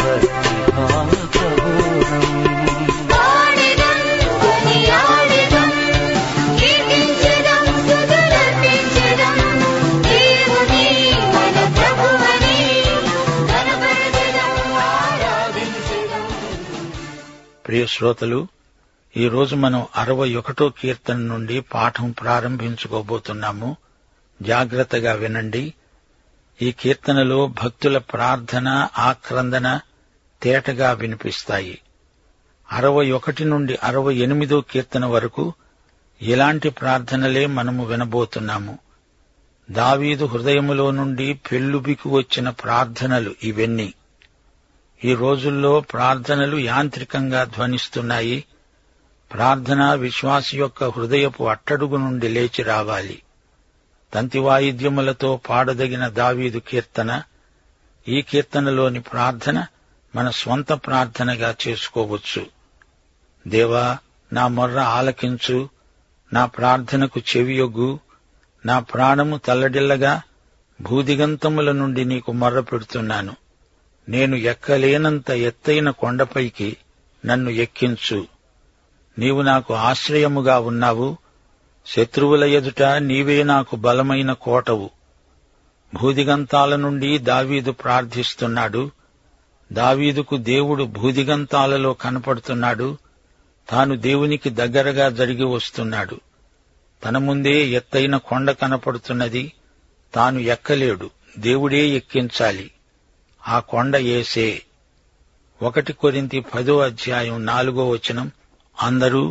భక్తిభావబోధం ప్రియ శ్రోతలు ఈ రోజు మనం అరవై ఒకటో కీర్తన నుండి పాఠం ప్రారంభించుకోబోతున్నాము జాగ్రత్తగా వినండి ఈ కీర్తనలో భక్తుల ప్రార్థన ఆక్రందన తేటగా వినిపిస్తాయి అరవై ఒకటి నుండి అరవై ఎనిమిదో కీర్తన వరకు ఇలాంటి ప్రార్థనలే మనము వినబోతున్నాము దావీదు హృదయములో నుండి పెళ్ళుబికి వచ్చిన ప్రార్థనలు ఇవన్నీ ఈ రోజుల్లో ప్రార్థనలు యాంత్రికంగా ధ్వనిస్తున్నాయి ప్రార్థన విశ్వాస యొక్క హృదయపు అట్టడుగు నుండి లేచి రావాలి తంతి వాయిద్యములతో పాడదగిన దావీదు కీర్తన ఈ కీర్తనలోని ప్రార్థన మన స్వంత ప్రార్థనగా చేసుకోవచ్చు దేవా నా మొర్ర ఆలకించు నా ప్రార్థనకు చెవియొగ్గు నా ప్రాణము తల్లడిల్లగా భూదిగంతముల నుండి నీకు మొర్ర పెడుతున్నాను నేను ఎక్కలేనంత ఎత్తైన కొండపైకి నన్ను ఎక్కించు నీవు నాకు ఆశ్రయముగా ఉన్నావు శత్రువుల ఎదుట నీవే నాకు బలమైన కోటవు భూదిగంతాల నుండి దావీదు ప్రార్థిస్తున్నాడు దావీదుకు దేవుడు భూదిగంతాలలో కనపడుతున్నాడు తాను దేవునికి దగ్గరగా జరిగి వస్తున్నాడు తన ముందే ఎత్తైన కొండ కనపడుతున్నది తాను ఎక్కలేడు దేవుడే ఎక్కించాలి ఆ కొండ ఏసే ఒకటి కొరింతి పదో అధ్యాయం నాలుగో వచనం అందరూ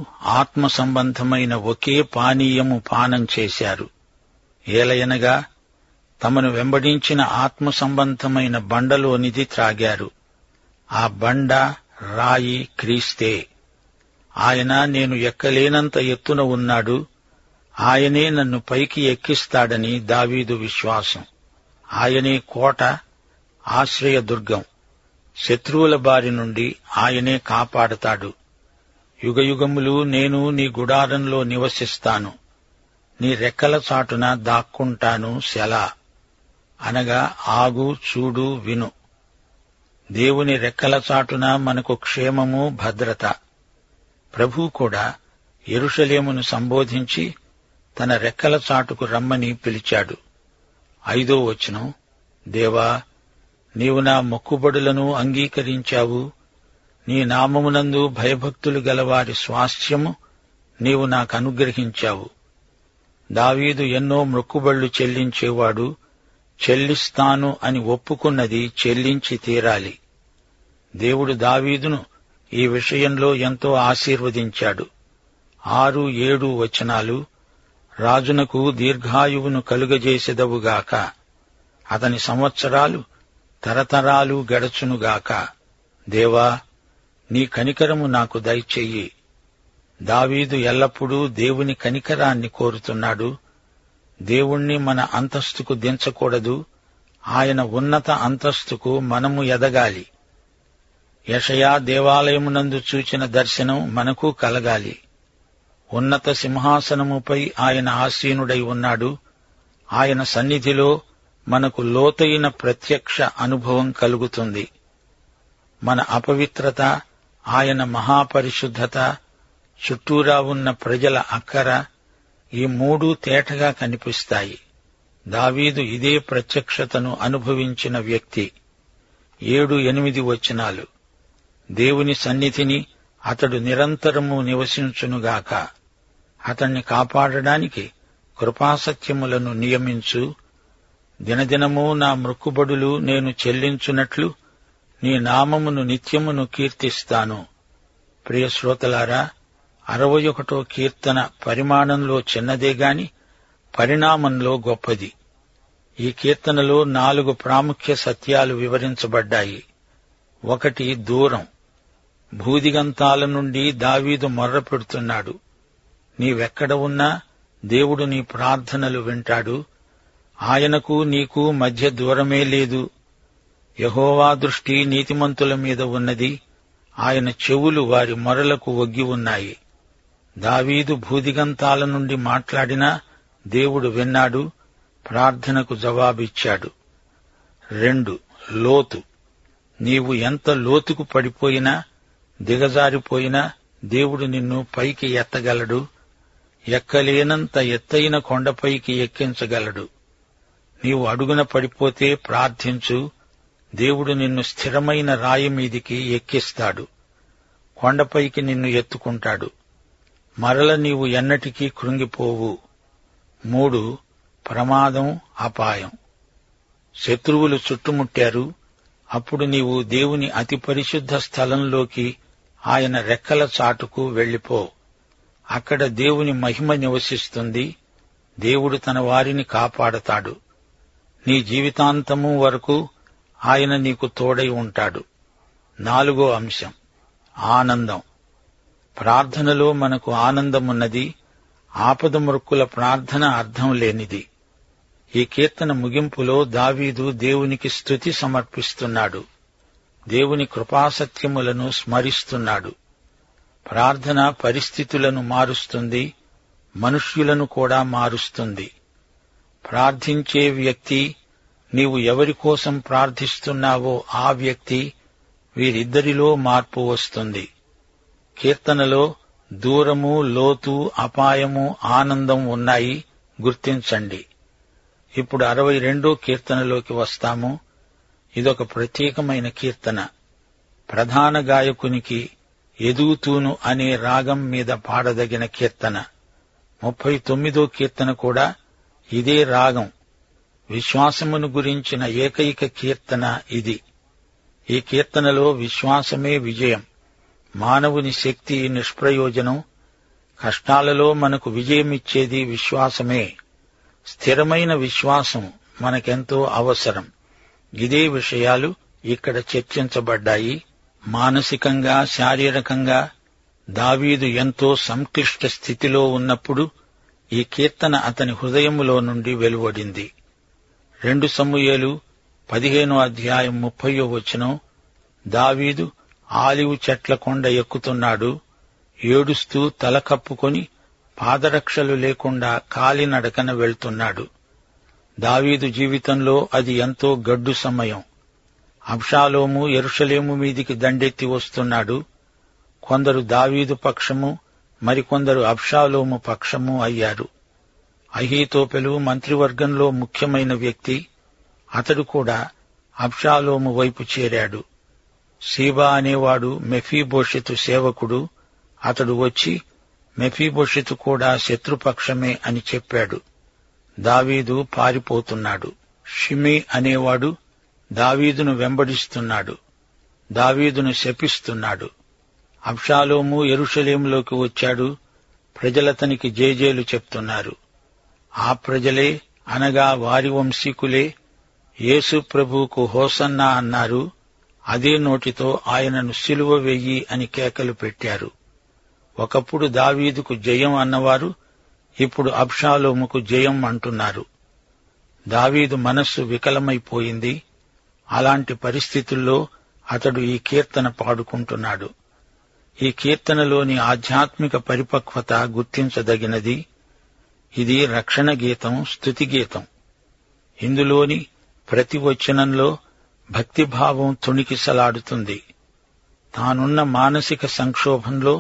ఆత్మ సంబంధమైన ఒకే పానీయము పానం చేశారు ఏలయనగా తమను వెంబడించిన ఆత్మ సంబంధమైన బండలోనిది త్రాగారు ఆ బండ రాయి క్రీస్తే ఆయన నేను ఎక్కలేనంత ఎత్తున ఉన్నాడు ఆయనే నన్ను పైకి ఎక్కిస్తాడని దావీదు విశ్వాసం ఆయనే కోట ఆశ్రయదుర్గం శత్రువుల బారి నుండి ఆయనే కాపాడతాడు యుగయుగములు నేను నీ గుడారంలో నివసిస్తాను నీ రెక్కల చాటున దాక్కుంటాను శలా అనగా ఆగు చూడు విను దేవుని రెక్కల చాటున మనకు క్షేమము భద్రత ప్రభు కూడా ఎరుషలేమును సంబోధించి తన రెక్కల చాటుకు రమ్మని పిలిచాడు ఐదో వచనం దేవా నీవు నా మొక్కుబడులను అంగీకరించావు నీ నామమునందు భయభక్తులు గలవారి స్వాస్థ్యము నీవు నాకు అనుగ్రహించావు దావీదు ఎన్నో మొక్కుబళ్ళు చెల్లించేవాడు చెల్లిస్తాను అని ఒప్పుకున్నది చెల్లించి తీరాలి దేవుడు దావీదును ఈ విషయంలో ఎంతో ఆశీర్వదించాడు ఆరు ఏడు వచనాలు రాజునకు దీర్ఘాయువును కలుగజేసెదవుగాక అతని సంవత్సరాలు తరతరాలు గడచునుగాక దేవా నీ కనికరము నాకు దయచెయ్యి దావీదు ఎల్లప్పుడూ దేవుని కనికరాన్ని కోరుతున్నాడు దేవుణ్ణి మన అంతస్తుకు దించకూడదు ఆయన ఉన్నత అంతస్తుకు మనము ఎదగాలి యషయా దేవాలయమునందు చూచిన దర్శనం మనకు కలగాలి ఉన్నత సింహాసనముపై ఆయన ఆసీనుడై ఉన్నాడు ఆయన సన్నిధిలో మనకు లోతైన ప్రత్యక్ష అనుభవం కలుగుతుంది మన అపవిత్రత ఆయన మహాపరిశుద్ధత చుట్టూరా ఉన్న ప్రజల అక్కర ఈ మూడు తేటగా కనిపిస్తాయి దావీదు ఇదే ప్రత్యక్షతను అనుభవించిన వ్యక్తి ఏడు ఎనిమిది వచనాలు దేవుని సన్నిధిని అతడు నిరంతరము నివసించునుగాక అతణ్ణి కాపాడడానికి కృపాసత్యములను నియమించు దినదినము నా మృక్కుబడులు నేను చెల్లించున్నట్లు నీ నామమును నిత్యమును కీర్తిస్తాను ప్రియ శ్రోతలారా అరవై ఒకటో కీర్తన పరిమాణంలో చిన్నదే గాని పరిణామంలో గొప్పది ఈ కీర్తనలో నాలుగు ప్రాముఖ్య సత్యాలు వివరించబడ్డాయి ఒకటి దూరం భూదిగంతాల నుండి దావీదు మొర్ర పెడుతున్నాడు నీవెక్కడ ఉన్నా దేవుడు నీ ప్రార్థనలు వింటాడు ఆయనకు నీకు మధ్య దూరమే లేదు యహోవా దృష్టి నీతిమంతుల మీద ఉన్నది ఆయన చెవులు వారి మొరలకు ఒగ్గి ఉన్నాయి దావీదు భూదిగంతాల నుండి మాట్లాడినా దేవుడు విన్నాడు ప్రార్థనకు జవాబిచ్చాడు రెండు లోతు నీవు ఎంత లోతుకు పడిపోయినా దిగజారిపోయినా దేవుడు నిన్ను పైకి ఎత్తగలడు ఎక్కలేనంత ఎత్తైన కొండపైకి ఎక్కించగలడు నీవు అడుగున పడిపోతే ప్రార్థించు దేవుడు నిన్ను స్థిరమైన రాయి మీదికి ఎక్కిస్తాడు కొండపైకి నిన్ను ఎత్తుకుంటాడు మరల నీవు ఎన్నటికీ కృంగిపోవు మూడు ప్రమాదం అపాయం శత్రువులు చుట్టుముట్టారు అప్పుడు నీవు దేవుని అతి పరిశుద్ధ స్థలంలోకి ఆయన రెక్కల చాటుకు వెళ్ళిపో అక్కడ దేవుని మహిమ నివసిస్తుంది దేవుడు తన వారిని కాపాడతాడు నీ జీవితాంతము వరకు ఆయన నీకు తోడై ఉంటాడు నాలుగో అంశం ఆనందం ప్రార్థనలో మనకు ఆనందమున్నది ఆపద మృక్కుల ప్రార్థన అర్థం లేనిది ఈ కీర్తన ముగింపులో దావీదు దేవునికి స్తుతి సమర్పిస్తున్నాడు దేవుని కృపాసత్యములను స్మరిస్తున్నాడు ప్రార్థన పరిస్థితులను మారుస్తుంది మనుష్యులను కూడా మారుస్తుంది ప్రార్థించే వ్యక్తి నీవు ఎవరి కోసం ప్రార్థిస్తున్నావో ఆ వ్యక్తి వీరిద్దరిలో మార్పు వస్తుంది కీర్తనలో దూరము లోతు అపాయము ఆనందం ఉన్నాయి గుర్తించండి ఇప్పుడు అరవై రెండో కీర్తనలోకి వస్తాము ఇదొక ప్రత్యేకమైన కీర్తన ప్రధాన గాయకునికి ఎదుగుతూను అనే రాగం మీద పాడదగిన కీర్తన ముప్పై తొమ్మిదో కీర్తన కూడా ఇదే రాగం విశ్వాసమును గురించిన ఏకైక కీర్తన ఇది ఈ కీర్తనలో విశ్వాసమే విజయం మానవుని శక్తి నిష్ప్రయోజనం కష్టాలలో మనకు విజయమిచ్చేది విశ్వాసమే స్థిరమైన విశ్వాసం మనకెంతో అవసరం ఇదే విషయాలు ఇక్కడ చర్చించబడ్డాయి మానసికంగా శారీరకంగా దావీదు ఎంతో సంక్లిష్ట స్థితిలో ఉన్నప్పుడు ఈ కీర్తన అతని హృదయములో నుండి వెలువడింది రెండు సమూయేలు పదిహేనో అధ్యాయం ముప్పయో వచనం దావీదు ఆలివు చెట్ల కొండ ఎక్కుతున్నాడు ఏడుస్తూ తల కప్పుకొని పాదరక్షలు లేకుండా కాలినడకన వెళ్తున్నాడు దావీదు జీవితంలో అది ఎంతో గడ్డు సమయం అబ్షాలోము ఎరుషలేము మీదికి దండెత్తి వస్తున్నాడు కొందరు దావీదు పక్షము మరికొందరు అబ్షాలోము పక్షము అయ్యారు అహీతోపెలు మంత్రివర్గంలో ముఖ్యమైన వ్యక్తి అతడు కూడా అబ్షాలోము వైపు చేరాడు సీబా అనేవాడు మెఫీబోషెతు సేవకుడు అతడు వచ్చి మెఫీబోషెతు కూడా శత్రుపక్షమే అని చెప్పాడు దావీదు పారిపోతున్నాడు షిమి అనేవాడు దావీదును వెంబడిస్తున్నాడు దావీదును శపిస్తున్నాడు అబ్షాలోము ఎరుషలేములోకి వచ్చాడు ప్రజలతనికి జేజేలు చెప్తున్నారు ఆ ప్రజలే అనగా వారి వంశీకులే యేసు ప్రభువుకు హోసన్నా అన్నారు అదే నోటితో ఆయనను సిలువ వెయ్యి అని కేకలు పెట్టారు ఒకప్పుడు దావీదుకు జయం అన్నవారు ఇప్పుడు అబ్షాలోముకు జయం అంటున్నారు దావీదు మనస్సు వికలమైపోయింది అలాంటి పరిస్థితుల్లో అతడు ఈ కీర్తన పాడుకుంటున్నాడు ఈ కీర్తనలోని ఆధ్యాత్మిక పరిపక్వత గుర్తించదగినది ఇది రక్షణ గీతం స్తుతి గీతం ఇందులోని ప్రతి వచనంలో భక్తిభావం తొణికిసలాడుతుంది తానున్న మానసిక సంక్షోభంలో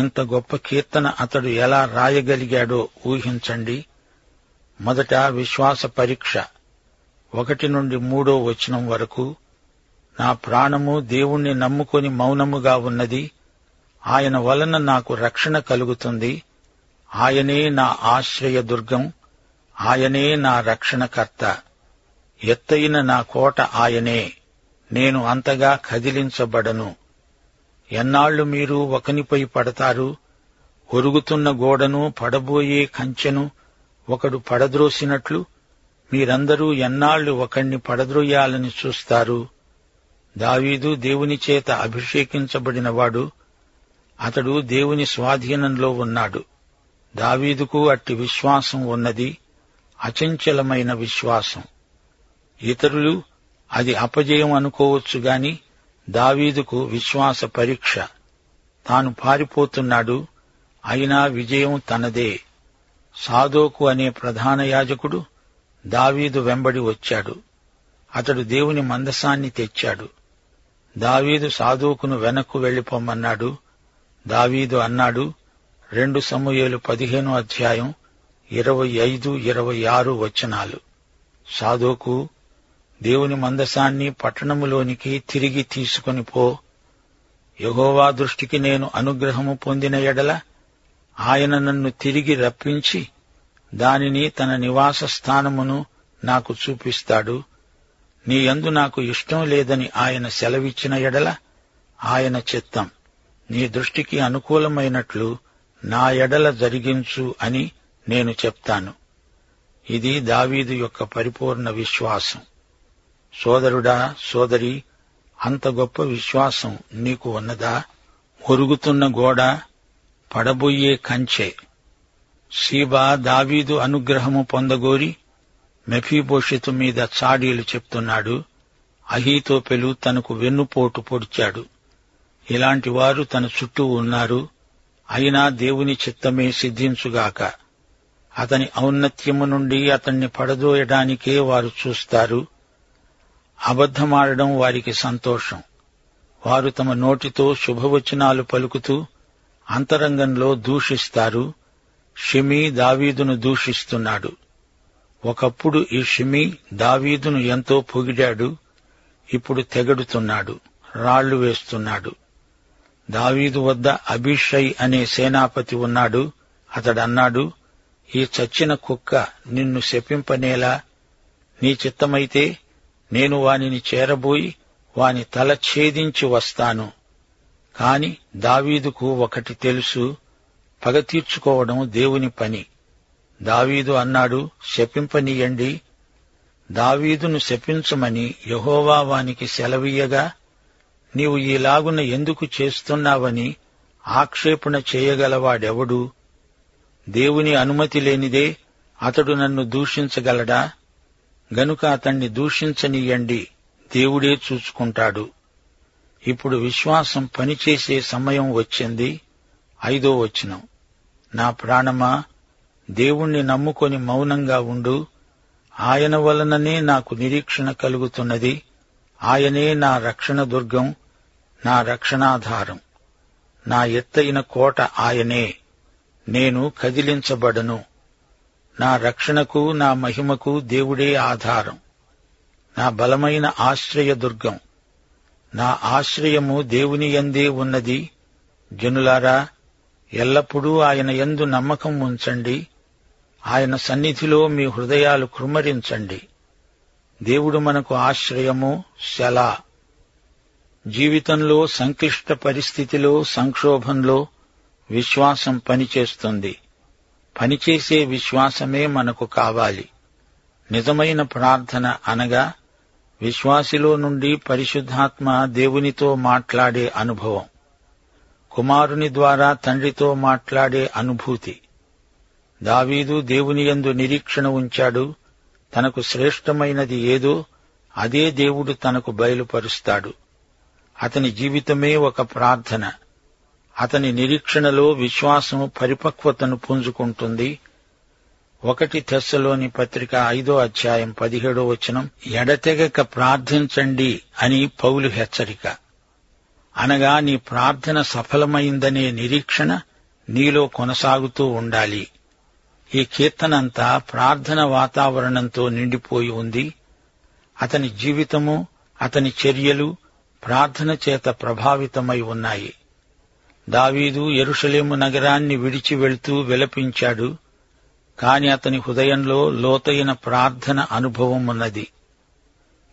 ఇంత గొప్ప కీర్తన అతడు ఎలా రాయగలిగాడో ఊహించండి మొదట విశ్వాస పరీక్ష ఒకటి నుండి మూడో వచనం వరకు నా ప్రాణము దేవుణ్ణి నమ్ముకొని మౌనముగా ఉన్నది ఆయన వలన నాకు రక్షణ కలుగుతుంది ఆయనే నా ఆశ్రయదుర్గం ఆయనే నా రక్షణకర్త ఎత్తైన నా కోట ఆయనే నేను అంతగా కదిలించబడను ఎన్నాళ్లు మీరు ఒకనిపై పడతారు ఒరుగుతున్న గోడను పడబోయే కంచెను ఒకడు పడద్రోసినట్లు మీరందరూ ఎన్నాళ్లు ఒకణ్ణి పడద్రోయాలని చూస్తారు దావీదు దేవుని చేత అభిషేకించబడినవాడు అతడు దేవుని స్వాధీనంలో ఉన్నాడు దావీదుకు అట్టి విశ్వాసం ఉన్నది అచంచలమైన విశ్వాసం ఇతరులు అది అపజయం అనుకోవచ్చు గాని దావీదుకు విశ్వాస పరీక్ష తాను పారిపోతున్నాడు అయినా విజయం తనదే సాదోకు అనే ప్రధాన యాజకుడు దావీదు వెంబడి వచ్చాడు అతడు దేవుని మందసాన్ని తెచ్చాడు దావీదు సాదోకును వెనక్కు వెళ్ళిపోమన్నాడు దావీదు అన్నాడు రెండు సమూయేలు పదిహేను అధ్యాయం ఇరవై ఐదు ఇరవై ఆరు వచనాలు సాధోకు దేవుని మందసాన్ని పట్టణములోనికి తిరిగి తీసుకొని పో యహోవా దృష్టికి నేను అనుగ్రహము పొందిన ఎడల ఆయన నన్ను తిరిగి రప్పించి దానిని తన నివాస స్థానమును నాకు చూపిస్తాడు నీ యందు నాకు ఇష్టం లేదని ఆయన సెలవిచ్చిన ఎడల ఆయన చిత్తం నీ దృష్టికి అనుకూలమైనట్లు నా ఎడల జరిగించు అని నేను చెప్తాను ఇది దావీదు యొక్క పరిపూర్ణ విశ్వాసం సోదరుడా సోదరి అంత గొప్ప విశ్వాసం నీకు ఉన్నదా ఒరుగుతున్న గోడ పడబోయే కంచె సీబా దావీదు అనుగ్రహము పొందగోరి మెఫీభోషితు మీద చాడీలు చెప్తున్నాడు అహీతోపెలు తనకు వెన్నుపోటు పొడిచాడు ఇలాంటి వారు తన చుట్టూ ఉన్నారు అయినా దేవుని చిత్తమే సిద్ధించుగాక అతని ఔన్నత్యము నుండి అతన్ని పడదోయడానికే వారు చూస్తారు అబద్ధమాడడం వారికి సంతోషం వారు తమ నోటితో శుభవచనాలు పలుకుతూ అంతరంగంలో దూషిస్తారు షిమీ దావీదును దూషిస్తున్నాడు ఒకప్పుడు ఈ షిమీ దావీదును ఎంతో పొగిడాడు ఇప్పుడు తెగడుతున్నాడు రాళ్లు వేస్తున్నాడు దావీదు వద్ద అభిషై అనే సేనాపతి ఉన్నాడు అతడన్నాడు ఈ చచ్చిన కుక్క నిన్ను శపింపనేలా నీ చిత్తమైతే నేను వానిని చేరబోయి వాని తల ఛేదించి వస్తాను కాని దావీదుకు ఒకటి తెలుసు పగ తీర్చుకోవడం దేవుని పని దావీదు అన్నాడు శపింపనీయండి దావీదును శపించమని యహోవా వానికి సెలవీయగా నీవు ఈలాగున ఎందుకు చేస్తున్నావని ఆక్షేపణ చేయగలవాడెవడు దేవుని అనుమతి లేనిదే అతడు నన్ను దూషించగలడా గనుక అతణ్ణి దూషించనీయండి దేవుడే చూసుకుంటాడు ఇప్పుడు విశ్వాసం పనిచేసే సమయం వచ్చింది ఐదో వచనం నా ప్రాణమా దేవుణ్ణి నమ్ముకొని మౌనంగా ఉండు ఆయన వలననే నాకు నిరీక్షణ కలుగుతున్నది ఆయనే నా రక్షణ దుర్గం నా రక్షణాధారం నా ఎత్తైన కోట ఆయనే నేను కదిలించబడను నా రక్షణకు నా మహిమకు దేవుడే ఆధారం నా బలమైన ఆశ్రయదుర్గం నా ఆశ్రయము దేవుని యందే ఉన్నది జనులారా ఎల్లప్పుడూ ఆయన యందు నమ్మకం ఉంచండి ఆయన సన్నిధిలో మీ హృదయాలు కృమ్మరించండి దేవుడు మనకు ఆశ్రయము శలా జీవితంలో సంక్లిష్ట పరిస్థితిలో సంక్షోభంలో విశ్వాసం పనిచేస్తుంది పనిచేసే విశ్వాసమే మనకు కావాలి నిజమైన ప్రార్థన అనగా విశ్వాసిలో నుండి పరిశుద్ధాత్మ దేవునితో మాట్లాడే అనుభవం కుమారుని ద్వారా తండ్రితో మాట్లాడే అనుభూతి దావీదు దేవుని యందు నిరీక్షణ ఉంచాడు తనకు శ్రేష్టమైనది ఏదో అదే దేవుడు తనకు బయలుపరుస్తాడు అతని జీవితమే ఒక ప్రార్థన అతని నిరీక్షణలో విశ్వాసం పరిపక్వతను పుంజుకుంటుంది ఒకటి తెస్సలోని పత్రిక ఐదో అధ్యాయం పదిహేడో వచనం ఎడతెగక ప్రార్థించండి అని పౌలు హెచ్చరిక అనగా నీ ప్రార్థన సఫలమైందనే నిరీక్షణ నీలో కొనసాగుతూ ఉండాలి ఈ కీర్తనంతా ప్రార్థన వాతావరణంతో నిండిపోయి ఉంది అతని జీవితము అతని చర్యలు ప్రార్థన చేత ప్రభావితమై ఉన్నాయి దావీదు యెరూషలేము నగరాన్ని విడిచి వెళ్తూ విలపించాడు కాని అతని హృదయంలో లోతైన ప్రార్థన అనుభవం ఉన్నది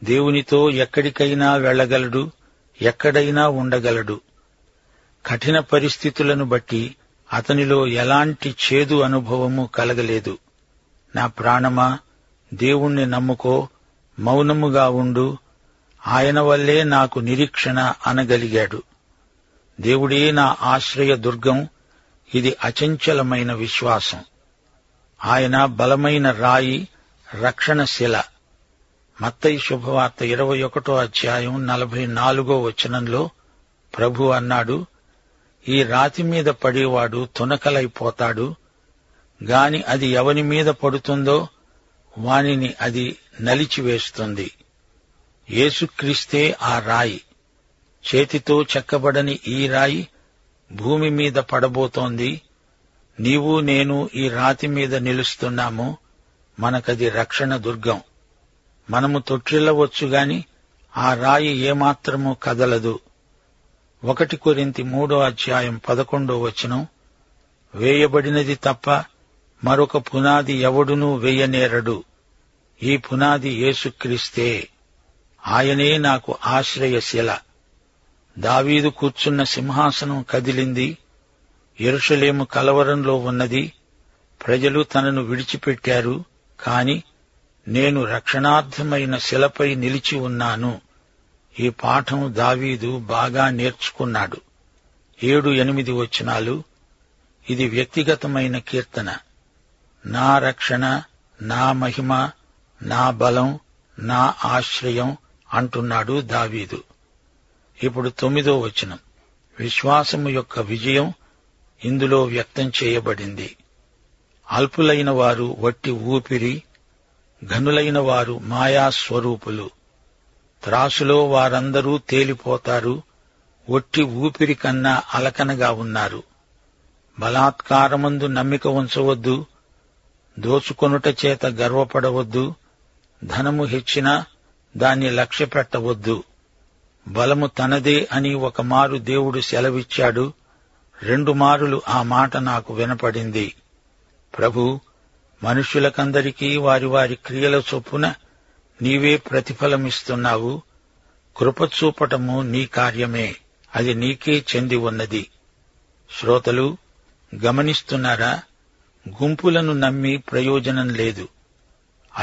దేవునితో ఎక్కడికైనా వెళ్ళగలడు ఎక్కడైనా ఉండగలడు కఠిన పరిస్థితులను బట్టి అతనిలో ఎలాంటి చేదు అనుభవము కలగలేదు నా ప్రాణమా దేవుణ్ణి నమ్ముకో మౌనముగా ఉండు ఆయన వల్లే నాకు నిరీక్షణ అనగలిగాడు దేవుడే నా ఆశ్రయ దుర్గం ఇది అచంచలమైన విశ్వాసం ఆయన బలమైన రాయి రక్షణ శిల మత్తయి శుభవార్త ఇరవై ఒకటో అధ్యాయం నలభై నాలుగో వచనంలో ప్రభు అన్నాడు ఈ రాతి మీద పడేవాడు తునకలైపోతాడు గాని అది ఎవని మీద పడుతుందో వానిని అది నలిచివేస్తుంది యేసుక్రీస్తే ఆ రాయి చేతితో చెక్కబడని ఈ రాయి భూమి మీద పడబోతోంది నీవు నేను ఈ రాతి మీద నిలుస్తున్నాము మనకది రక్షణ దుర్గం మనము తొట్టిల్లవచ్చు గాని ఆ రాయి ఏమాత్రమూ కదలదు ఒకటి కొరింతి మూడో అధ్యాయం పదకొండో వచనం వేయబడినది తప్ప మరొక పునాది ఎవడునూ వేయనేరడు ఈ పునాది యేసుక్రీస్తే ఆయనే నాకు ఆశ్రయశిల దావీదు కూర్చున్న సింహాసనం కదిలింది ఎరుషలేము కలవరంలో ఉన్నది ప్రజలు తనను విడిచిపెట్టారు కాని నేను రక్షణార్థమైన శిలపై నిలిచి ఉన్నాను ఈ పాఠం దావీదు బాగా నేర్చుకున్నాడు ఏడు ఎనిమిది వచనాలు ఇది వ్యక్తిగతమైన కీర్తన నా రక్షణ నా మహిమ నా బలం నా ఆశ్రయం అంటున్నాడు దావీదు ఇప్పుడు తొమ్మిదో వచనం విశ్వాసము యొక్క విజయం ఇందులో వ్యక్తం చేయబడింది అల్పులైన వారు వట్టి ఊపిరి ఘనులైన వారు మాయాస్వరూపులు త్రాసులో వారందరూ తేలిపోతారు ఒట్టి ఊపిరి కన్నా అలకనగా ఉన్నారు బలాత్కారమందు నమ్మిక ఉంచవద్దు దోచుకొనుట చేత గర్వపడవద్దు ధనము హెచ్చినా దాన్ని లక్ష్య పెట్టవద్దు బలము తనదే అని ఒక మారు దేవుడు సెలవిచ్చాడు రెండు మారులు ఆ మాట నాకు వినపడింది ప్రభు మనుష్యులకందరికీ వారి వారి క్రియల చొప్పున నీవే ప్రతిఫలమిస్తున్నావు కృప చూపటము నీ కార్యమే అది నీకే చెంది ఉన్నది శ్రోతలు గమనిస్తున్నారా గుంపులను నమ్మి ప్రయోజనం లేదు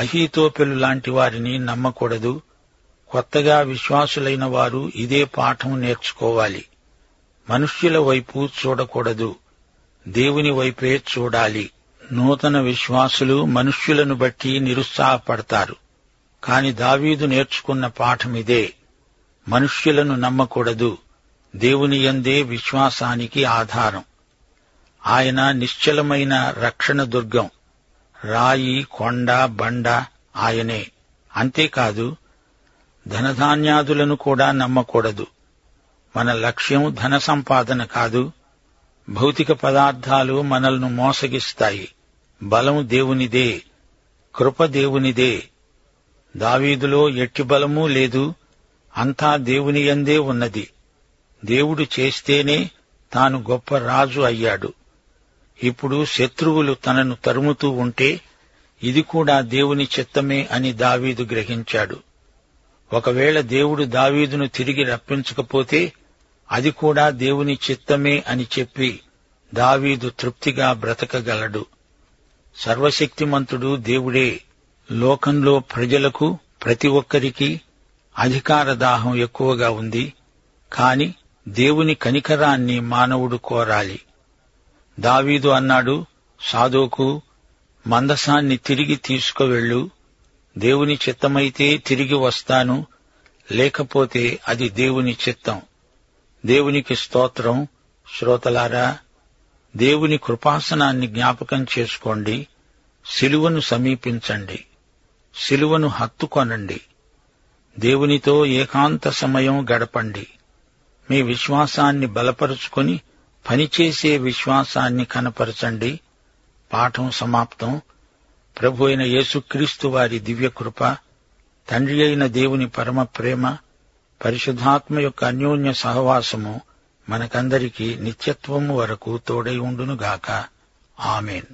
అహీతోపెలు లాంటి వారిని నమ్మకూడదు కొత్తగా విశ్వాసులైన వారు ఇదే పాఠం నేర్చుకోవాలి మనుష్యుల వైపు చూడకూడదు దేవుని వైపే చూడాలి నూతన విశ్వాసులు మనుష్యులను బట్టి నిరుత్సాహపడతారు కాని దావీదు నేర్చుకున్న పాఠమిదే మనుష్యులను నమ్మకూడదు దేవుని యందే విశ్వాసానికి ఆధారం ఆయన నిశ్చలమైన రక్షణ దుర్గం రాయి కొండ బండ ఆయనే అంతేకాదు ధనధాన్యాదులను కూడా నమ్మకూడదు మన లక్ష్యం ధన సంపాదన కాదు భౌతిక పదార్థాలు మనల్ని మోసగిస్తాయి బలం దేవునిదే కృప దేవునిదే దావీదులో ఎట్టి బలమూ లేదు అంతా దేవుని యందే ఉన్నది దేవుడు చేస్తేనే తాను గొప్ప రాజు అయ్యాడు ఇప్పుడు శత్రువులు తనను తరుముతూ ఉంటే ఇది కూడా దేవుని చిత్తమే అని దావీదు గ్రహించాడు ఒకవేళ దేవుడు దావీదును తిరిగి రప్పించకపోతే అది కూడా దేవుని చిత్తమే అని చెప్పి దావీదు తృప్తిగా బ్రతకగలడు సర్వశక్తిమంతుడు దేవుడే లోకంలో ప్రజలకు ప్రతి ఒక్కరికి అధికార దాహం ఎక్కువగా ఉంది కాని దేవుని కనికరాన్ని మానవుడు కోరాలి దావీదు అన్నాడు సాధోకు మందసాన్ని తిరిగి తీసుకువెళ్ళు దేవుని చిత్తమైతే తిరిగి వస్తాను లేకపోతే అది దేవుని చిత్తం దేవునికి స్తోత్రం శ్రోతలారా దేవుని కృపాసనాన్ని జ్ఞాపకం చేసుకోండి సిలువను సమీపించండి సిలువను హత్తుకొనండి దేవునితో ఏకాంత సమయం గడపండి మీ విశ్వాసాన్ని బలపరుచుకొని పనిచేసే విశ్వాసాన్ని కనపరచండి పాఠం సమాప్తం ప్రభు అయిన యేసుక్రీస్తు వారి దివ్య కృప తండ్రి అయిన దేవుని పరమ ప్రేమ పరిశుద్ధాత్మ యొక్క అన్యోన్య సహవాసము మనకందరికీ నిత్యత్వము వరకు తోడై ఉండునుగాక ఆమెన్